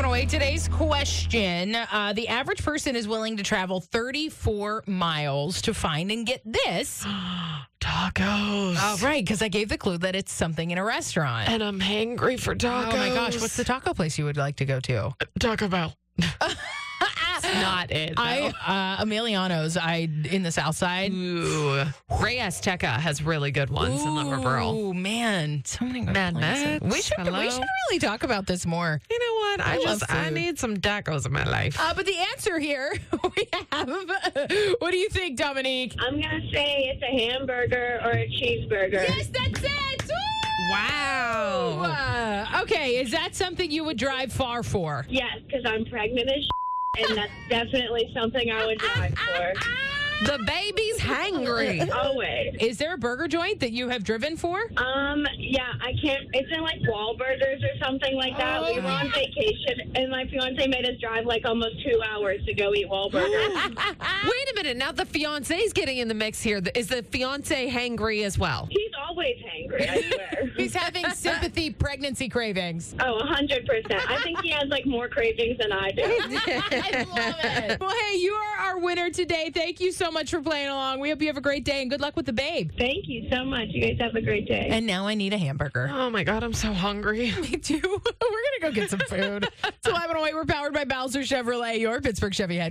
right, today's question. Uh, the average person is willing to travel 34 miles to find and get this. Tacos. Oh, right, because I gave the clue that it's something in a restaurant. And I'm hangry for tacos. Oh my gosh, what's the taco place you would like to go to? Taco Bell? That's not it. though. I uh, Emiliano's. I in the South Side. Ooh. Ray Azteca has really good ones in Lumberboro. Ooh, man, so many good Mad places. Max, We should we hello? should really talk about this more. You know what? I, love just I food. need some tacos in my life. Uh, but the answer here we have. What do you think, Dominique? I'm gonna say it's a hamburger or a cheeseburger. Yes, that's it. Woo! wow. Uh, okay, is that something you would drive far for? Yes, because I'm pregnant as shit, and that's definitely something I would drive for. The baby's hangry. Always. Is there a burger joint that you have driven for? Um, yeah, I can't. It's in like Wahlburgers or something like that. we were on vacation, and my fiance made us drive like almost two hours to go eat Wahlburgers. Wait a minute. Now the fiance's getting in the mix here. Is the fiance hangry as well? He's always hangry, I swear. He's having sympathy pregnancy cravings. Oh, 100%. I think he has like more cravings than I do. I love it. Well, hey, you are our winner today. Thank you so much for playing along. We hope you have a great day and good luck with the babe. Thank you so much. You guys have a great day. And now I need a hamburger. Oh my god, I'm so hungry. Me too. We're going to go get some food. it's 1108. We're powered by Bowser Chevrolet, your Pittsburgh Chevy headquarters.